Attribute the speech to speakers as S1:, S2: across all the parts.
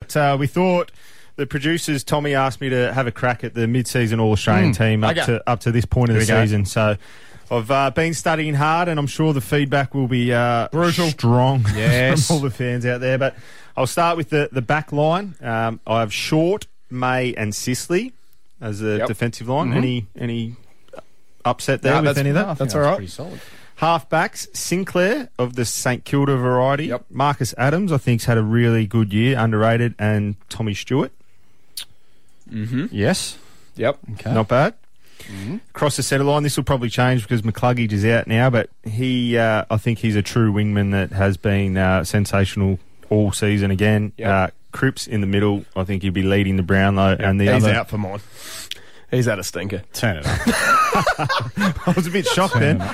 S1: but uh, we thought the producers, Tommy asked me to have a crack at the mid-season All Australian team up
S2: Hmm. Okay.
S1: to up to this point of
S2: Here
S1: the
S2: we go.
S1: season. So I've uh, been studying hard, and I'm sure the feedback will be uh,
S2: Brutal.
S1: strong
S2: Yes.
S1: from all the fans out there. But I'll start with the the back line. Um, I have Short, May, and Sisley as the
S2: Yep.
S1: defensive line. Any any upset there
S2: No,
S1: with
S2: that's-
S1: any of that?
S2: no, I think
S1: that's all right.
S2: Pretty solid.
S1: Halfbacks, Sinclair of the St Kilda variety.
S2: Yep.
S1: Marcus Adams, I think's had a really good year, underrated, and Tommy Stewart,
S2: Mm-hmm.
S3: Yes.
S2: Yep.
S3: Okay.
S1: not bad.
S2: Mm-hmm.
S1: Across the centre line, this will probably change because McCluggage is out now, but he, uh, I think he's a true wingman that has been uh, sensational all season again.
S2: Yep.
S1: Uh, Cripps in the middle, I think he'll be leading the Brownlow, and the
S2: He's
S1: other.
S2: out for mine. He's had a stinker.
S3: Turn it up.
S1: I was a bit shocked then. um,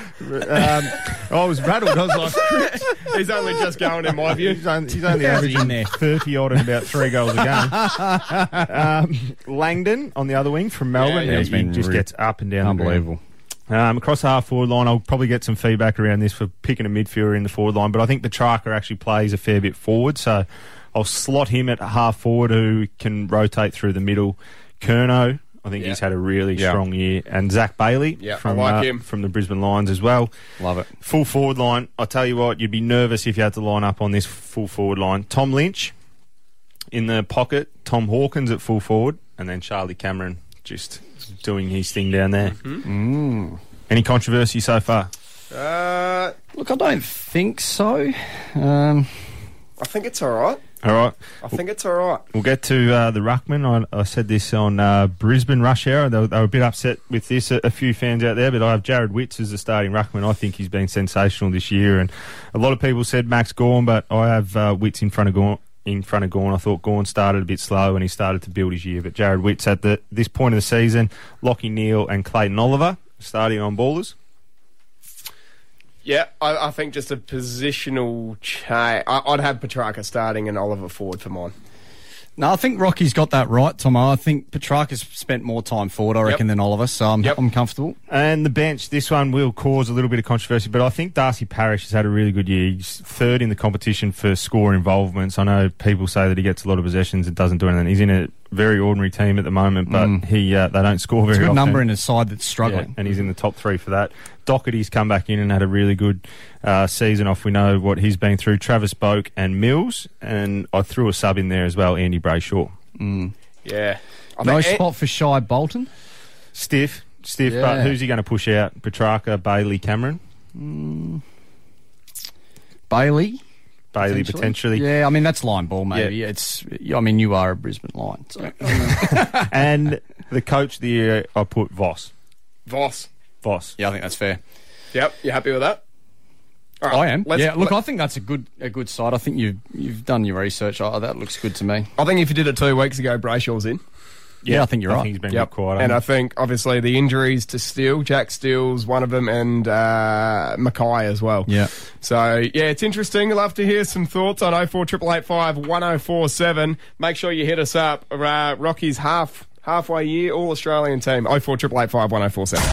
S1: I was rattled. I was like,
S2: He's only just going in my view.
S1: He's only, he's only
S3: How's he in
S1: averaging
S3: there?
S1: 30 odd and about three goals a game. um, Langdon on the other wing from Melbourne.
S2: Yeah, yeah,
S1: he
S3: he's been
S1: just
S3: re-
S1: gets up and down. the ground.
S3: Unbelievable.
S1: Um, across the half forward line, I'll probably get some feedback around this for picking a midfielder in the forward line, but I think the Traka actually plays a fair bit forward, so I'll slot him at half forward who can rotate through the middle. Kerno, I think
S2: Yeah.
S1: he's had a really
S3: Yeah.
S1: strong year, and Zach Bailey
S2: Yeah, I
S1: from
S2: like
S1: uh,
S2: him.
S1: from the Brisbane Lions as well.
S3: Love it.
S1: Full forward line. I tell you what, you'd be nervous if you had to line up on this full forward line. Tom Lynch in the pocket, Tom Hawkins at full forward, and then Charlie Cameron just doing his thing down there. Any controversy so far?
S2: Uh,
S3: Look, I don't think so. Um,
S2: I think it's all right.
S1: All right,
S2: I think it's all right.
S1: we'll get to uh, the ruckman. I, I said this on uh, Brisbane Rush Hour. They were, they were a bit upset with this. A, a few fans out there, but I have Jared Witts as the starting ruckman. I think he's been sensational this year, and a lot of people said Max Gorn, but I have uh, Witts in front of Gorn. In front of Gorn, I thought Gorn started a bit slow and he started to build his year. But Jared Witts at the, this point of the season, Lockie Neal and Clayton Oliver starting on ballers.
S2: Yeah, I, I think just a positional change. I, I'd have Petrarca starting and Oliver Ford for mine.
S3: no, I think Rocky's got that right, Tomo. I think Petrarca's spent more time forward, I reckon,
S2: Yep.
S3: than Oliver, so I'm,
S2: Yep.
S3: I'm comfortable.
S1: And the bench, this one will cause a little bit of controversy, but I think Darcy Parish has had a really good year. He's third in the competition for score involvements. I know people say that he gets a lot of possessions and doesn't do anything. He's in a very ordinary team at the moment, but he uh, they don't score very
S3: Mm. It's a good
S1: often.
S3: number in a side that's
S1: Yeah,
S3: struggling.
S1: and he's in the top three for that. Doherty's come back in and had a really good uh, season off. We know what he's been through. Travis Boak and Mills, and I threw a sub in there as well, Andy Brayshaw.
S2: Yeah. I
S3: No
S2: think-
S3: spot for Shy Bolton.
S1: Stiff, stiff,
S3: Yeah.
S1: but who's he going to push out? Petrarca, Bailey, Cameron?
S3: Bailey.
S1: Bailey potentially.
S3: Yeah, I mean, that's line ball, maybe. It's, I mean, you are a Brisbane line. So.
S1: and the coach of the year, I put Voss.
S2: Voss.
S1: Voss.
S3: Yeah, I think that's fair.
S2: Yep. You happy with that? All right,
S3: I am.
S2: let's-
S3: yeah, look,
S2: let-
S3: I think that's a good a good side. I think you've you've done your research. Oh, that looks good to me.
S2: I think if you did it two weeks ago, Brayshaw's in.
S3: Yeah, I think you're
S1: I
S3: right.
S1: think he's been
S2: Yep.
S1: yep. quieter.
S2: and I think obviously the injuries to Steele, Jack Steele's one of them, and uh, Mackay as well.
S3: Yeah.
S2: So yeah, it's interesting. Love to hear some thoughts on 0488851047. Make sure you hit oh us up. Uh, Rocky's half halfway year All Australian team 0488851047.